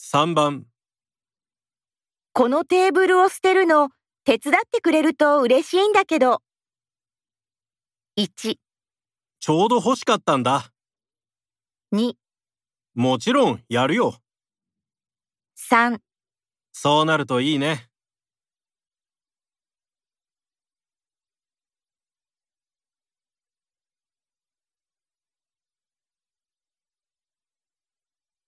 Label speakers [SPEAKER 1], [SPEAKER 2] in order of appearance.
[SPEAKER 1] 3番
[SPEAKER 2] このテーブルを捨てるの手伝ってくれると嬉しいんだけど。1、
[SPEAKER 1] ちょうど欲しかったんだ
[SPEAKER 2] 2、
[SPEAKER 1] もちろんやるよ
[SPEAKER 2] 3
[SPEAKER 1] そうなるといいね